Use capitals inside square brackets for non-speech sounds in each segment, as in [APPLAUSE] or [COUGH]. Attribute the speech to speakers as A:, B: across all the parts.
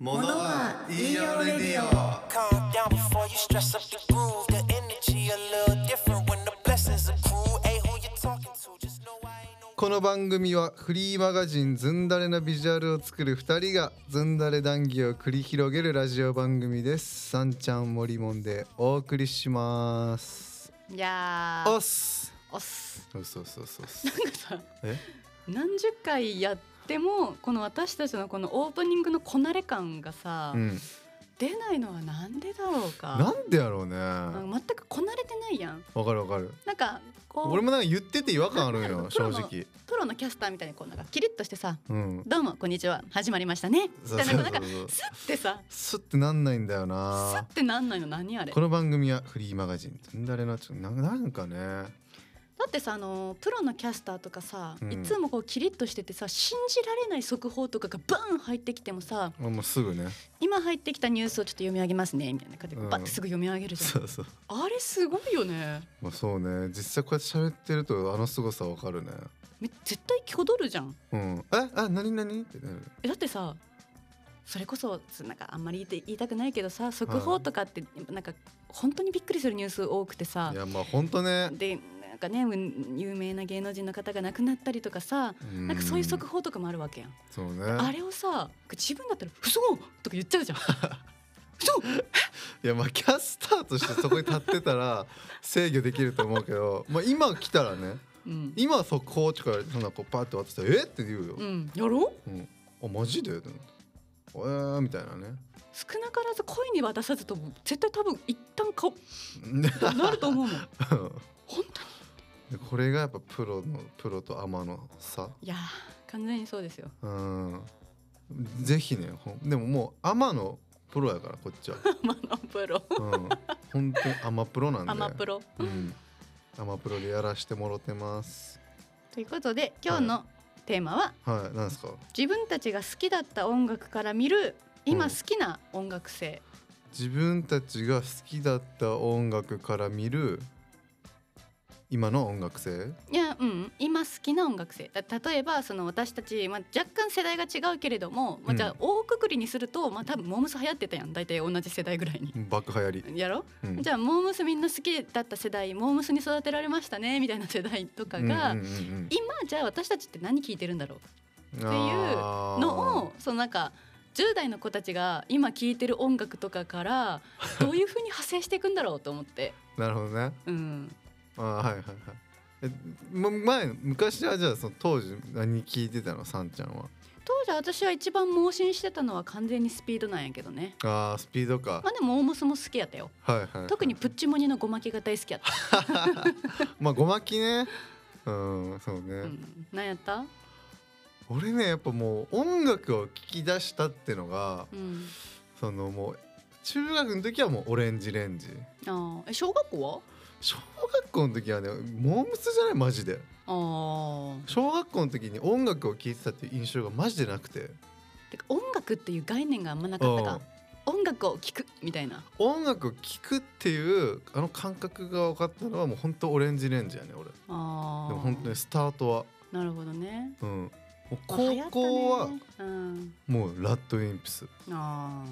A: 物は言いようレディオ
B: Calm down before you stress up the groove. The energy a little different when the blessings accrue. Ain't who you're talking to, just know I ain't no
C: この番組はフリーマガジンズンダレなビジュアルを作る2人がズンダレ談義を繰り広げるラジオ番組ですさんちゃんもりもんでお送りします
D: いや
C: お
D: ー
C: っす
D: おっす
C: そうそうそうそう
D: さ
C: え
D: 何十回やってもこの私たちのこのオープニングのこなれ感がさ、
C: うん
D: 出ないのはなんでだろう
C: な
D: か
C: んでやろうね
D: なん
C: わ
D: か全くこなれてないやん
C: かるわかる
D: なんかこ
C: 俺
D: う
C: もなんか言ってて違和感あるんよ正
D: 黒の
C: 直
D: プロのキャスターみたいにこうなんかキリッとしてさ
C: うん
D: 「どうもこんにちは始まりましたね」み
C: そう
D: たい
C: そう
D: な
C: そ
D: なんか
C: うそう
D: スッてさ
C: スッてなんないんだよ
D: ス
C: な
D: ッてなんないの何あれ
C: この番組はフリーマガジンズンダレなちょっとななんかね
D: だってさあのプロのキャスターとかさ、
C: うん
D: いつもこうキリッとしててさ信じられない速報とかがバーン入ってきてもさ
C: あもうすぐね
D: 今入ってきたニュースをちょっと読み上げますねみたいな感じで
C: うん
D: バッてすぐ読み上げるじゃん、
C: うそう
D: [LAUGHS] あれすごいよね
C: まあ、そうね実際こうやって喋ってるとあの凄さわかるね
D: め絶対気踊るじゃん
C: うんえあ何何ってなる
D: えだってさそれこそつなんかあんまり言いて言いたくないけどさ速報とかってなんか本当にびっくりするニュース多くてさ
C: いやまあほんとね
D: でなんかねうん有名な芸能人の方が亡くなったりとかさ
C: な
D: なんかそういう速報とかもあるわけやん
C: そうね
D: あれをさ自分だったら「嘘とか言っちゃうじゃん。嘘
C: いやまあキャスターとしてそこに立ってた
D: [LAUGHS]
C: ら制御できると思うけどまあ今来たらね
D: うん、
C: 今速報とかそんなこうパッて渡したら「えっ?」って言うよ
D: う、ん、やろう
C: うんあマジで?」ってなってえー、みたいなね
D: 少なからず恋に渡さずとも絶対多分一旦顔
C: ね
D: なると思うもん [LAUGHS] 本当に
C: [LAUGHS] でこれがやっぱプロのプロとアマの差
D: いやー完全にそうですよ
C: うんぜひねほんでももうアマのプロやからこっちは、
D: [LAUGHS] マナプロ
C: うん、本当にアマプロなんで
D: [LAUGHS] アマプ
C: ロ、
D: ロ、
C: うん、アマプロでやらしてもろてます
D: ということで今日のテーマは、
C: はいなんですか
D: 自分たちが好きだった音楽から見る
C: う
D: 今
C: ん
D: 好きな音楽性、
C: 自分たちが好きだった音楽から見る今の音楽性
D: いやうん今好きな音楽性だ例えばその私たち、まあ、若干世代が違うけれども、ま
C: う
D: あ、
C: ん
D: じゃあ大くくりにすると、まあ、多分モームス流行ってたやん大体同じ世代ぐらいに。 [LAUGHS]
C: 爆流行り、
D: やろ
C: うん、
D: じゃあモームスみんな好きだった世代モームスに育てられましたねみたいな世代とかが、
C: うんうんうん
D: 今じゃあ私たちって何聴いてるんだろう
C: うん、って
D: いうのをそのなんか10代の子たちが今聴いてる音楽と
C: [LAUGHS]
D: かからどういうふうに派生していくんだろうと思って、
C: なるほどね
D: うん、
C: あーはいはいはいえも前昔はじゃあその当時何聞いてたのさんちゃんは
D: 当時私は一番盲信してたのは完全にスピードなんやけどね
C: あースピードか
D: まあでもオーモスも好きやったよ
C: はいはいはい
D: 特にプッチモニのゴマキが大好きやった、
C: まあごまきねうんそうね、
D: うん、何やった、
C: 俺ねやっぱもう音楽を聴き出したってのが
D: うん、
C: そのもう中学の時はもうオレンジレンジ
D: あーえ小学校は
C: 小学校の時はねモームスじゃないマジで
D: あー
C: 小学校の時に音楽を聴いてたっていう印象がマジでなくて
D: てか音楽っていう概念があんまなかったか音楽を聴くみたいな
C: うん音楽を聴くっていうあの感覚が分かったのはもう本当オレンジレンジやね俺で
D: あー
C: も本当にスタートは
D: なるほどね
C: うんもう
D: まあ流行
C: 高
D: ったね
C: 校は
D: うん
C: もうラッドインプス
D: あ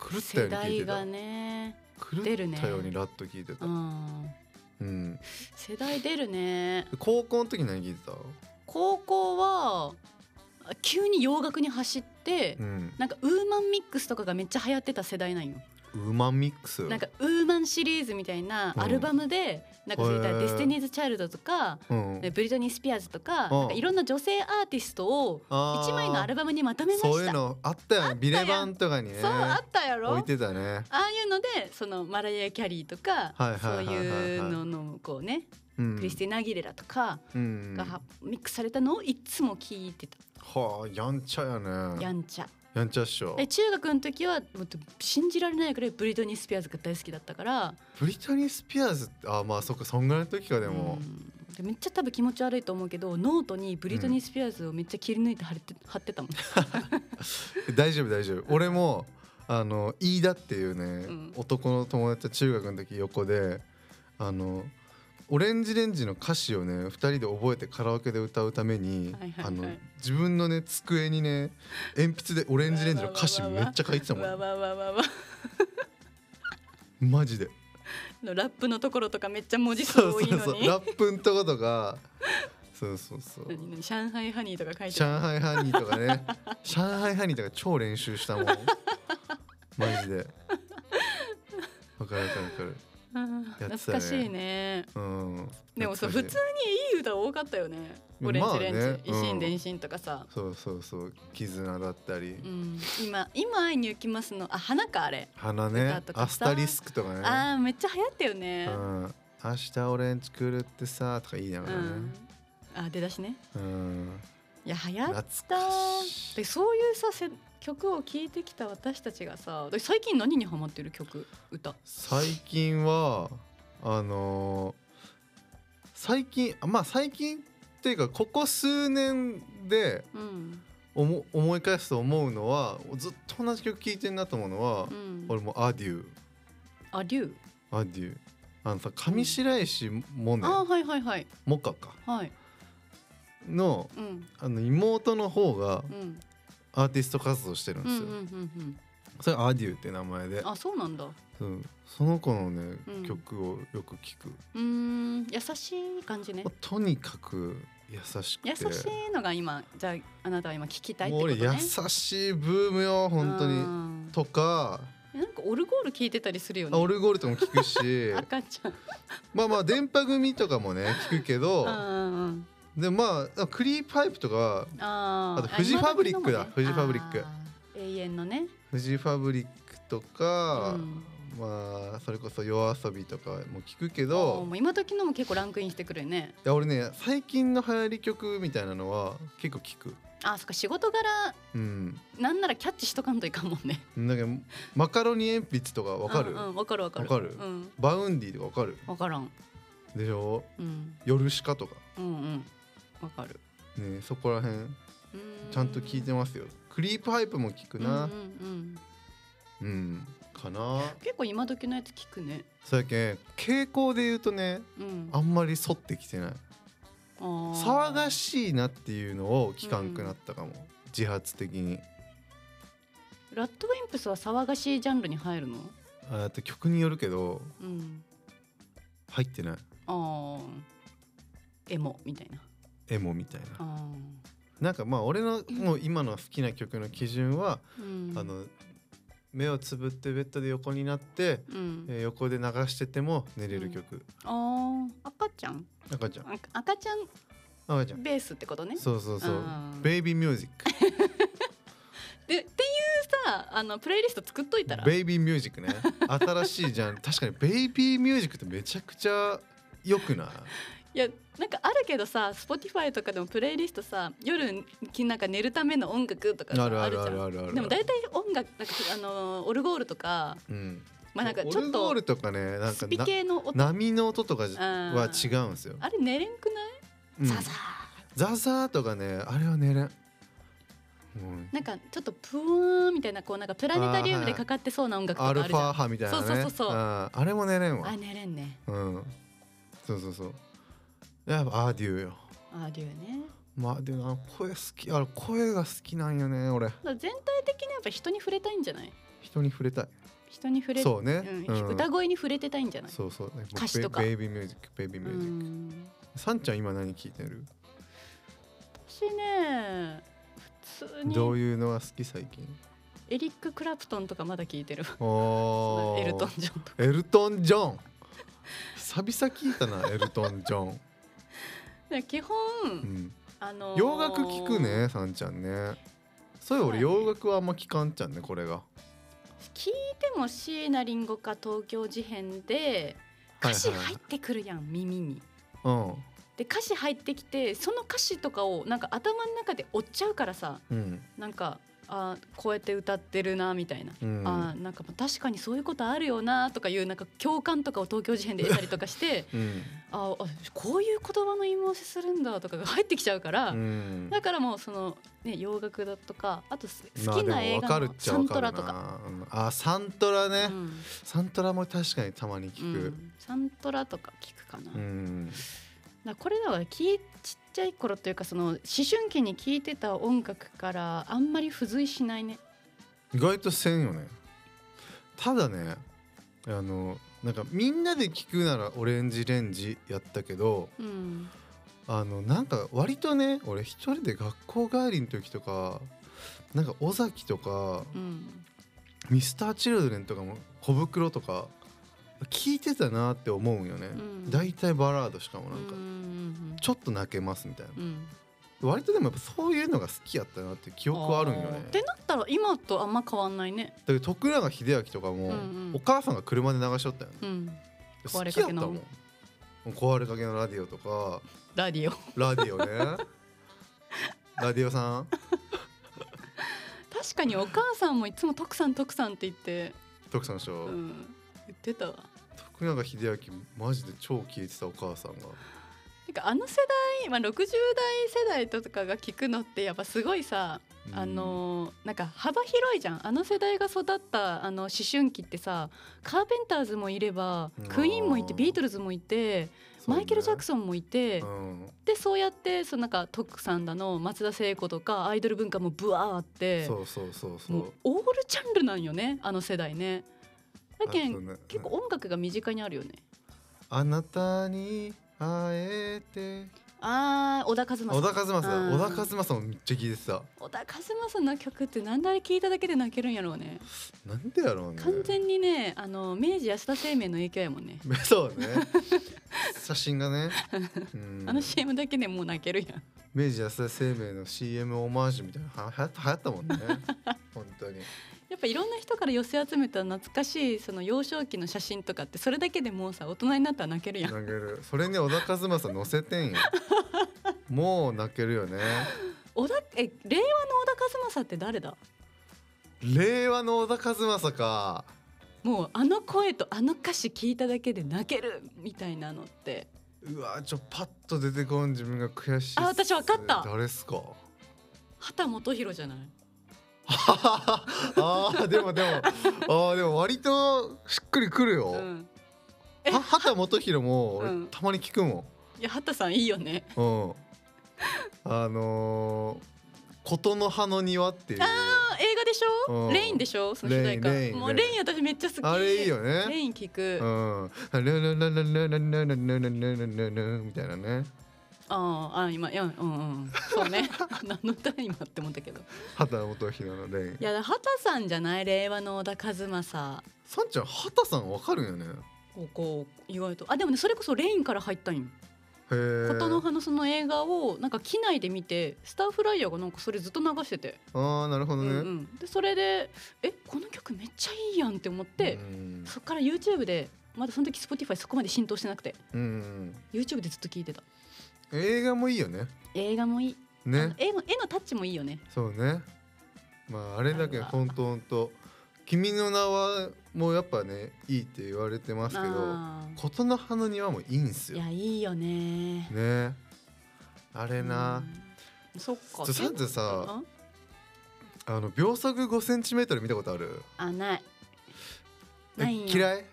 C: 狂
D: あ
C: ったよ
D: 世
C: うに聴い
D: 代
C: てた
D: がね
C: 狂
D: 出るね
C: ったようにラッド聴いてた、
D: うん
C: うん、
D: 世代出るね
C: 高校の時何聴いてた
D: 高校はあ急に洋楽に走って、
C: うん
D: なんかウーマンミックスとかがめっちゃ流行ってた世代なんよ
C: ウーマンミックス
D: なんかウーマンシリーズみたいなアルバムで、なんかそういった
C: へー
D: ディスティニーズ・チャイルドとか、
C: うん
D: ブリトニー・スピアーズとか,、
C: うん
D: なんかいろんな女性アーティストを一枚のアルバムにまとめました
C: そういうのあったよねビレバンとかにね
D: そうあったやろ
C: 置いてたね
D: ああいうのでそのマライア・キャリーとか、
C: はい
D: そ
C: は
D: う
C: いはいはいはい
D: いうののこうね、
C: ク
D: クリスティーナ・アギレラとか
C: うん
D: がはミックスされたのをいつも聞いてた、
C: はあやんちゃやね
D: やんちゃ
C: やんちゃっしょ
D: で中学の時はもう信じられないくらいブリトニー・スピアーズが大好きだったから
C: ブリトニー・スピアーズってあまあそっかそんぐらいの時かでも
D: うんでめっちゃ多分気持ち悪いと思うけどノートにブリトニー・スピアーズをめっちゃ切り抜いて貼って貼ってたもん、
C: 大丈夫大丈夫俺もあの飯田っていうね
D: うん
C: 男の友達と中学の時横であのオレンジレンジの歌詞をね2人で覚えてカラオケで歌うために、
D: はいはいはい
C: あの自分のね机にね鉛筆でオレンジレンジの歌詞めっちゃ書いてたも
D: わ
C: ん
D: わわわわ
C: マジで
D: のラップのところとかめっちゃ文字数
C: そう
D: 多い
C: そ
D: の
C: うそう
D: に
C: ラップんとことかそうそうそう
D: 何何上海ハニーとか書いてある
C: 上海ハニーとかね上海ハニーとか超練習
D: [LAUGHS]
C: したもんマジでわかるわかるわかる
D: あ
C: や
D: ー
C: ってたね
D: 懐かしいね
C: うん
D: でもさ普
C: 懐
D: 通
C: かしい
D: にいい歌多かったよね「オレンジレンジ」
C: まあねうん
D: 維新伝心」とかさ、
C: そうそうそう絆だったり、
D: うん、今今会いに行きますのあ花かあれ、
C: 花ね
D: 歌とかさ
C: アスタリスクとかね
D: あーめっちゃ流行ったよね、
C: うん、明日俺んち来るってさとか言いなが
D: う
C: らね
D: ん、あ出だしね
C: うん、
D: いや流行っ
C: 懐かしい
D: たでそういうさせ曲を聴いてきた私たちがさで最近何にハマってる曲歌
C: 最近はあのー最近あまあ最近っていうかここ数年で
D: うん
C: 思思い返すと思うのはずっと同じ曲聴いてんなと思うのは
D: う、ん
C: 俺もう「アデュー
D: ありゅう」
C: 「アデュー」あのさ上白石萌
D: あ
C: 音
D: ーはいはいはい
C: モカか
D: はい
C: の
D: うん
C: あの妹の方が
D: うん
C: アーティスト活動してるん
D: う
C: で
D: ん
C: す
D: うん
C: よ、
D: うん
C: それ「アデュー」って名前
D: う
C: で
D: んあそうなんだう
C: そうその子のね、
D: うん
C: 曲をよく聴く、
D: ーん優しい感じね
C: もうとにかく優しくて
D: 優しいのが今じゃああなたは今聞きたいって
C: もう
D: こと
C: 俺
D: ね
C: 優しいブームよ本当
D: う
C: に
D: ん
C: とか
D: なんかオルゴール聞いてたりするよ
C: あ
D: ね
C: オルゴールとかも聞く
D: [LAUGHS]
C: し
D: 赤ちゃん
C: まあまあ電波組とかもね聞くけど
D: うんうんうん
C: でまあクリープハイプとか
D: あー
C: あとフジファブリックだ
D: あ今時のも
C: フジ
D: ね
C: ファブリック
D: あー永遠のね
C: フジファブリックとか、
D: うん
C: まあそれこそ夜遊びとかも聞くけ
D: あー
C: ど
D: もう今時のも結構ランクインしてくるよね
C: いや俺ね最近の流行り曲みたいなのは結構聞く。
D: あーそっか仕事柄
C: うん、
D: なんならキャッチしとかんといかんもんね
C: なんかマカロニ鉛筆とか [LAUGHS] わかる、
D: うんうんわかるわかる
C: わかる
D: うん
C: バウンディとかわかる
D: わからん
C: でしょ
D: うん
C: ヨルシカとか
D: うんうんわかる
C: ねそこら辺ちゃんと聞いてますよクリープハイプも聞く
D: るな
C: なうん、かな
D: 結構今時のやつ聞くね
C: そうやけん傾向で言うとね
D: うん
C: あんまり沿ってきてない
D: あー
C: 騒がしいなっていうのを聞かんくなったかも、自発的に
D: ラッドウィンプスは騒がしいジャンルに入るの
C: ああと曲によるけど
D: うん
C: 入ってない
D: あーエモみたいな
C: エモみたいな
D: あ
C: なんかまあ俺のもう今の好きな曲の基準は、
D: ーうん
C: あの目をつぶってベッドで横になって、
D: うん
C: えー横で流してても寝れる曲、
D: あー赤ちゃん
C: 赤ちゃん
D: あ赤ちゃん
C: 赤ちゃん
D: ベースってことね
C: そうそうそう
D: あー
C: ベイビーミュージック
D: でっていうさあのプレイリスト作っといたら
C: ベイビーミュージッ
D: [LAUGHS]
C: クね新しいジャンル確かにベイビーミュージックってめちゃくちゃ良くない
D: いやなんかあるけどさ Spotify とかでもプレイリストとかさ夜きなんか寝るための音楽とかさ
C: あるある
D: じ
C: あ
D: ゃん
C: るあるある
D: でも大体音楽なんかあのオルゴールとか
C: うん
D: まあなんかち
C: オ
D: ょっ
C: ルゴー
D: と
C: ルとかねなん
D: ス
C: か
D: ピ
C: な
D: 系の音
C: 波の音とか
D: ー
C: は違うんですよ、
D: あれ寝れんくない、
C: うん
D: ザザ
C: ザザーとかねあれは寝れんも
D: ーなんかちょっとプーンみたいなこうなんかプラネタリウムでかかってそうな音
C: う
D: 楽とかあ
C: ア
D: る
C: ル
D: じ
C: フ
D: ゃ
C: ァ
D: ん
C: 波みたいなね
D: そうそうそうそう
C: あーあれも寝れんわ
D: あ寝れんね
C: うんそうそうそうやっぱアーデューよ
D: あるよね
C: まあでもな声好きあれ声が好きなんよね俺
D: だから全体的にやっぱ人に触れたいんじゃない
C: 人に触れたい
D: 人に触れ
C: そうね
D: ん
C: うん
D: 歌声に触れてたいんじゃない
C: そうそうね
D: 歌詞とか
C: ベイベイビーミュージックベイビーミュージック、
D: うん
C: さんちゃん今何聞いてる
D: 私ね普通に
C: どういうのが好き最近
D: [LAUGHS] エリック・クラプトンとかまだ聞いてるわ
C: おー
D: エルトン・ジョンとか
C: エルトンジョン久々聞いたなエルトン・ジョン、
D: で基本、
C: うん、
D: あのー
C: 洋楽聞くねさんちゃんねそういえば俺
D: そうだね
C: 洋楽はあんま聞かんちゃんねこれが
D: 聞いても椎名林檎か東京事変で歌詞入ってくるやん、耳に
C: うん
D: で歌詞入ってきてその歌詞とかをなんか頭の中で追っちゃうからさ
C: うん
D: なんかあこうやって歌ってるなみたいな、
C: うん
D: あなんか確かにそういうことあるよなとかいうなんか共感とかを東京事変で得たりとかして
C: [LAUGHS] うん
D: ああこういう言葉の言い回しするんだとかが入ってきちゃうから、
C: うん
D: だからもうその、ね、洋楽だとかあとす
C: まあ
D: 好き
C: でも
D: な映
C: わか
D: 画
C: るっ
D: の
C: ちゃ
D: サ
C: わ
D: ン
C: かるな
D: トラとか。
C: うんあサントラね、
D: うん
C: サントラも確かにたまに聞
D: う
C: く
D: んサントラとか聞くかな、
C: う
D: だか
C: ん
D: らこれらはきちっちゃい頃というかその思春期に聴いてた音楽からあんまり付随しないね
C: 意外とせんよねただねあのなんかみんなで聞くならオレンジレンジやったけど
D: うん
C: あのなんか割とね俺一人で学校帰りの時とかなんか尾崎とか
D: うん
C: ミスターチルドレンとかも小袋とか聞いてたなって思うんよね、
D: うん
C: だいたいバラードしかもなんか
D: うんうん
C: ちょっと泣けますみたいな
D: うんうん
C: 割とでもやっぱそういうのが好きやったなって記憶はあるんよ
D: あ
C: ね
D: ーってなったら今とあんま変わんないね。
C: だけど徳永英明とかも、
D: うんうん
C: お母さんが車で流しとったよね、
D: うん。
C: 好
D: 壊れ
C: きや
D: か
C: った
D: けの
C: もん壊れかけのラディオとか
D: ラディオ。
C: ラディオ
D: [LAUGHS]
C: ねラディオさん
D: 確かにお母さんもいつも徳さん徳さんって言って、
C: 徳さんでしょ、
D: うん、言ってたわ。
C: 徳永英明マジで超聞いてたお母さんが
D: なんかあの世代、まあ60代世代とかが聞くのってやっぱすごいさ、あのーなんか幅広いじゃん。あの世代が育ったあの思春期ってさ、カーペンターズもいれば
C: うん、
D: クイーンもいて、ビートルズもいて、マイケル・ジャク
C: ソ
D: ソンもいて、
C: うん
D: でそうやってそのなんか徳さんだの松田聖子とかアイドル文化もブワーあって。
C: そうそうそうそ
D: もう
C: う
D: オールジャンルなんよねあの世代ねだけ
C: あと
D: ん
C: ね
D: 結構音楽が身近にあるよね
C: あなたに会えて
D: あー小田
C: 小
D: 和
C: 田
D: 正
C: 和正
D: う
C: 小
D: ん
C: 田和正もめっちゃ聞いてた
D: 小田和正の曲ってなんであれ聞いただけで泣けるんやろうね
C: なんでやろうね
D: 完全にねあの明治安田生命の影響やもんね
C: [LAUGHS] そうね写真がね、うん
D: あの CM だけでもう泣けるやん
C: 明治安田生命の CM オマージュみたいなは流行った流行ったもん
D: [LAUGHS]
C: ね本当に
D: やっぱいろんな人から寄せ集めた懐かしいその幼少期の写真とかってそれだけでもうさ大人になったら泣けるやん
C: 泣けるそれに小田和正載せてんよもう泣けるよね
D: 小田え令和の小田和正って誰だ
C: 令和の小田和正か
D: もうあの声とあの歌詞聞いただけで泣けるみたいなのって
C: うわちょパッと出てこん自分が悔しいっす
D: あ私わかった
C: 誰っすか
D: 畑基博じゃない
C: あーでもでもあーでも割としっくりくるよ、
D: うん、え
C: は畑基博も俺
D: うん
C: たまに聞くも
D: いや畑さんいいよね。
C: ん、うん、あのー琴の葉の庭っていう
D: あ映画でしょ、
C: うん
D: レインでしょその主題歌
C: レインレイン
D: もうレイン私めっちゃ好き
C: あれいいよね
D: レイン聞く、あ
C: うん、ルルルルルルルルルルルルルみたいなね
D: ああ今いやうんうんそうね [LAUGHS] 何の歌今って思ったけど
C: 畑元博のレイン
D: いや畑さんじゃない令和の小田和正
C: さんちゃん畑さんわかるよね
D: ここう意外とあでもねそれこそレインから入ったんよ
C: へえ
D: 琴の葉のその映画をなんか機内で見てスターフライヤーがなんかそれずっと流してて、
C: ああなるほど
D: うん
C: ね、
D: うん、でそれでえこの曲めっちゃいいやんって思って、
C: うん
D: そっから YouTube でまだその時 Spotify そこまで浸透してなくて
C: うん
D: YouTube でずっと聞いてた
C: 映画もいいよね
D: 映画もいい、あの
C: ね
D: 絵の絵のタッチもいいよね
C: そうねまああれだけ
D: あれは
C: ほんとほんと「君の名は」もやっぱねいいって言われてますけど
D: あ
C: 「琴の葉の庭」もいいんす
D: ーい
C: よ
D: やいいよね
C: ねあれな、
D: うんそっか
C: ちょサン
D: で
C: ズさあの秒速 5cm 見たことある
D: あない
C: え
D: ないんよ
C: 嫌い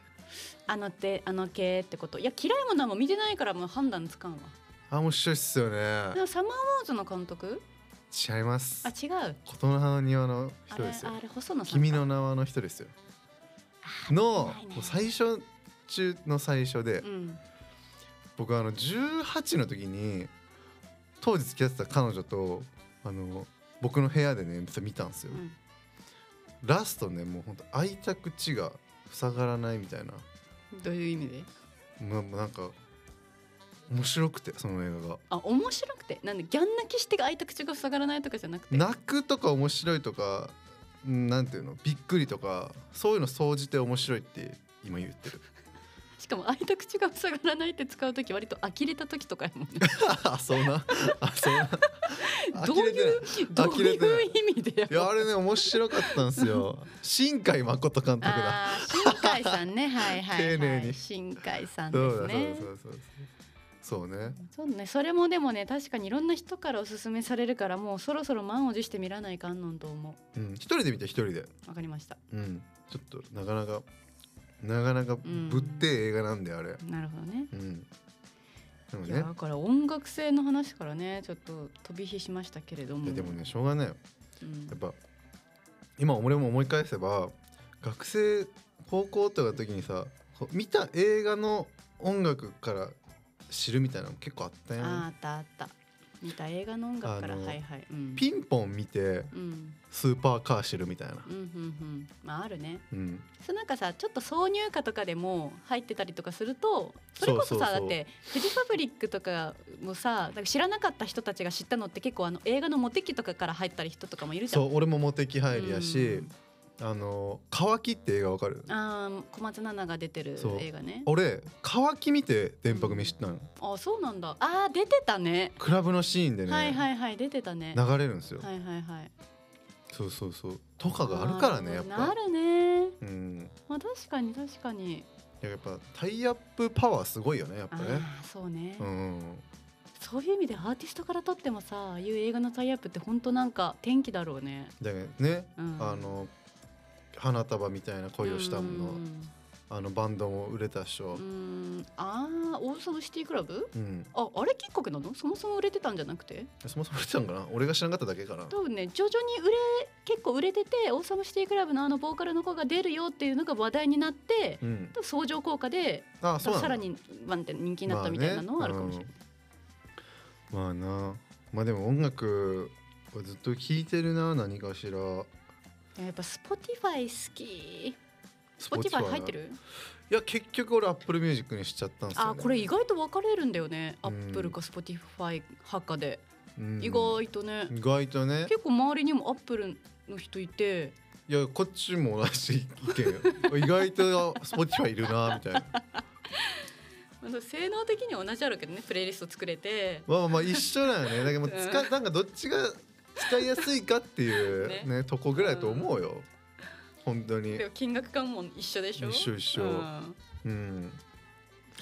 D: あの手あの系ってこといや嫌いもなんも見てないからもう判断つかんわ
C: あ面白いっすよね
D: でもサマーウォーズの監督
C: 違います
D: あ違う
C: 琴の葉の庭の
D: あ
C: 人
D: れ
C: ですよ
D: あれ細野さんか
C: 君 [LAUGHS] の名はの人ですよの
D: 見てないね
C: もう最初中の最初で、
D: うん
C: 僕あの18の時に当時付き合ってた彼女とあの僕の部屋でね見たんですよ、
D: うん
C: ラストねもうほんと開いた口が塞がらないみたいな
D: どういう意味で
C: まもうなんか面白くてその映画が
D: あ面白くてなんでギャン泣きして開いた口が塞がらないとかじゃなくて
C: 泣くとか面白いとか
D: [LAUGHS]
C: うんなんていうのびっくりとかそういうの総じて面白いって今言ってる
D: しかも開いた口が塞がらないって使う時割と呆れた時とかやもんね
C: あそうなあそうな
D: どう
C: [LAUGHS] 呆れてない
D: いうどう
C: 呆れてない
D: いう意味でや
C: いやあれね面白かったんです
D: [LAUGHS]
C: よ新海誠監督だ [LAUGHS]
D: あー新海さんねはいはい、
C: 丁寧
D: は
C: に
D: い、新海さん
C: そ
D: で
C: う
D: す
C: だそうだそうだそうだそう
D: ね
C: ね
D: そうねそれもでもね確かにいろんな人からおすすめされるからもうそろそろ満を持して見らないかんのんと思
C: うん一人で見て一人で
D: うわかりました
C: うんちょっとなかなかなかなかぶってえ映画なんであれ
D: なるほどね
C: うんでも
D: い
C: ね
D: やだから音楽性の話からねちょっと飛び火しましたけれど
C: い
D: も
C: やでもねしょうがないよ
D: うん
C: やっぱ今俺も思い返せば学生高校とかの時にさこう見た映画の音楽から知るみたいなのも結構あったよね
D: あーあったあった見た映画の音楽から
C: あの
D: はいはい、うん、
C: ピンポン見て
D: うん
C: スーパーカー知るみたいな
D: うんうんうんまああるね
C: うん
D: そうなんかさちょっと挿入歌とかでも入ってたりとかするとそれこ
C: そ
D: そさ
C: うそうそう
D: だってフジファブリックとかもさなんか知らなかった人たちが知ったのって結構あの映画のモテ期とかから入ったり人とかもいるじゃん
C: そう俺もモテキ入りやし
D: うん
C: あの「乾き」って映画わかる
D: あー小松菜奈が出てる
C: そう
D: 映画ね
C: 俺「乾き」見て電波組知ったの
D: あそうなんだあー出てたね
C: クラブのシーンで
D: はい
C: ね
D: はいはい出てたねは
C: 流れるんですよ
D: いはいはい
C: そうそうそうとかがあるからねやっ
D: な
C: ぱ
D: るね
C: うん
D: まあ確かに確かに
C: いややっぱタイアップパワーすごいよねやっぱ
D: あ
C: ね
D: あそうね、
C: うん
D: そういう意味でアーティストからとってもさああいう映画のタイアップって本当なんか天気だろうね、
C: だけどね
D: うん、
C: あの花束みたいな恋をしたも
D: う
C: の
D: ん
C: あのバンドも売れたっしょ
D: うんああオーソムシティクラブ
C: うん
D: ああれきっかけなのそもそも売れてたんじゃなくて
C: そもそも売れてたんかな俺が知らなかっただけかな
D: 多分ね徐々に売れ結構売れててオーサムシティクラブのあのボーカルの子が出るよっていうのが話題になって
C: うん
D: 多分相乗効果で
C: あそうなんだ
D: さらにワンって人気になったみたいなのはあるかもしれない、
C: まあねうんまあなまあでも音楽はずっと聴いてるな何かしら
D: やっぱ Spotify 好き
C: Spotify
D: Spotify 入ってる
C: いや結局俺 Apple Music にしちゃったんですよ、ね、
D: あこれ意外と分かれるんだよね
C: う
D: ア
C: ん
D: ップルか Spotify 派かで、
C: うん
D: 意外とね、
C: 意外とね
D: 結構周りにもアップルの人いて
C: いやこっちも同じ意見よ意外と Spotify いるなみたいな
D: [LAUGHS] まあ性能的には同じあるけどねプレイリスト作れて
C: まあまあまあ一緒だよねだけどもう使
D: う
C: なんかどっちが使いやすいかっていうね
D: ね
C: とこぐらいだと思うよ本当に
D: でも金額感も一緒でしょ
C: 一緒一緒
D: うん
C: うん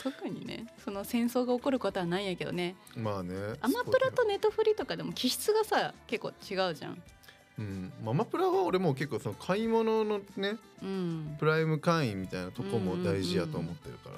D: 特にねその戦争が起こることはないんやけどね
C: まあね
D: アマプラ
C: Spotify
D: とネットフリとかでも気質がさ結構違うじゃん
C: うん、ママプラは俺も結構その買い物のね
D: うん
C: プライム会員みたいなとこも大事やと思ってるから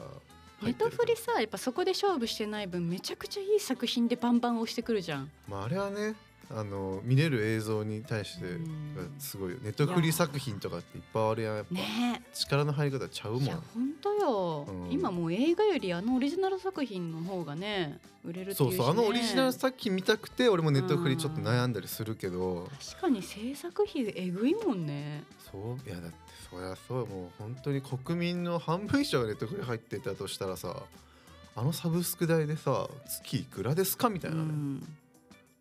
C: 入
D: ネッ
C: って
D: ト
C: る
D: フ
C: から
D: リさやっぱそこで勝負してない分めちゃくちゃいい作品でバンバン押してくるじゃん
C: まああれはねあの見れる映像に対して
D: うん
C: すごいよネットフリ作品とかっていっぱいあるやんやっぱ、
D: ね
C: 力の入り方ちゃうも
D: えいや
C: ん
D: 本当よ、
C: うん
D: 今もう映画よりあのオリジナル作品の方がね売れるってい
C: そうう
D: し、ね、
C: そうあのオリジナル作品見たくて俺もネットフリちょっと悩んだりするけど
D: 確かに制作費えぐいもんね
C: そういやだってそりゃそうもう本当に国民の半分以上がネットフリ入ってたとしたらさあのサブスク代でさ月いくらですかみたいなね、
D: うん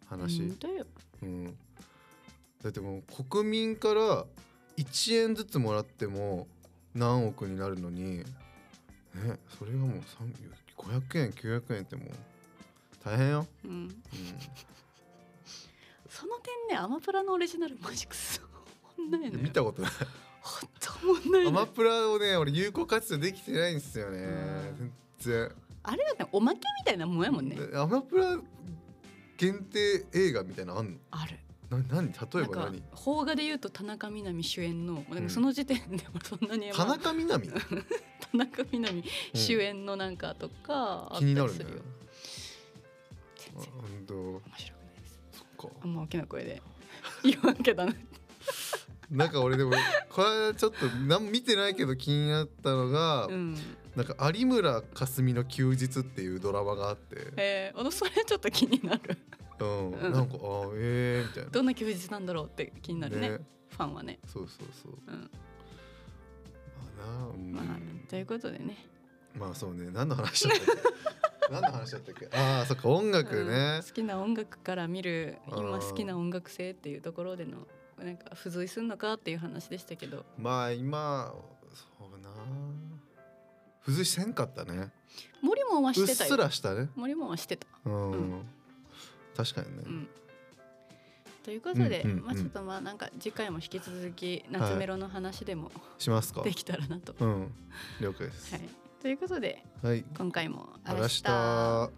C: 話、
D: 本当よ
C: うん、だってもう国民から1円ずつもらっても何億になるのに、ね、それがもう3 500円900円ってもう大変よ、
D: うん
C: う
D: その点ねアマプラのオリジナルマジクソおもんない
C: ん、
D: ね
C: 見たことない
D: ほんとおもんない
C: ア
D: ね
C: マプラをね俺有効活用できてないんですよね
D: うん
C: 全
D: あれはねおまけみたいなもんやもんね
C: 然、アマプラ限定映画みたいなのあんの
D: ある
C: な何例え
D: なん
C: ば
D: か
C: 何
D: 邦画で言うと田中みな実主演のなん
C: うん
D: かその時点ではそんなに、
C: 田中みな実
D: 田中みな実主演のなんかとかあった
C: 気にな
D: り
C: る
D: す
C: ね
D: るよ、
C: あ
D: 全然
C: ほんと
D: 面白くないです
C: そっか
D: あんま大きな声で [LAUGHS] 言わんけどな
C: なんか俺でもこれちょっとなん見てないけど気になったのが、
D: うん
C: なんか有村架純の休日っていうドラマがあって、
D: えー、あのそれちょっと気になる
C: うん、
D: うん
C: なんかあーえーみたいな。
D: どんな休日なんだろうって気になるねファンはね、
C: そうそうそう。
D: うん
C: まあな、うん
D: まあ、ということでね
C: まあそうね。何の話だった
D: [LAUGHS]
C: っけ？何の話だったっけ？ああ、そっか音楽
D: う
C: ね
D: ん好。きな音楽から見る
C: あ
D: 今
C: ー
D: 好きな音楽性っていうところでのなんか付随すんのかっていう話でしたけど
C: まあ今そうな。付随せんかったね
D: モリモンは
C: う
D: し
C: って
D: た
C: す
D: よ
C: らしたね
D: モリモンはしてた
C: うん、
D: うん
C: 確かにね、
D: うんということで、
C: うんうんうん
D: まあちょっとまあなんか次回も引き続き夏メロの話でも
C: しますか
D: できたらなと、
C: うん了解です
D: はい、ということで
C: はい
D: 今回も
C: 明日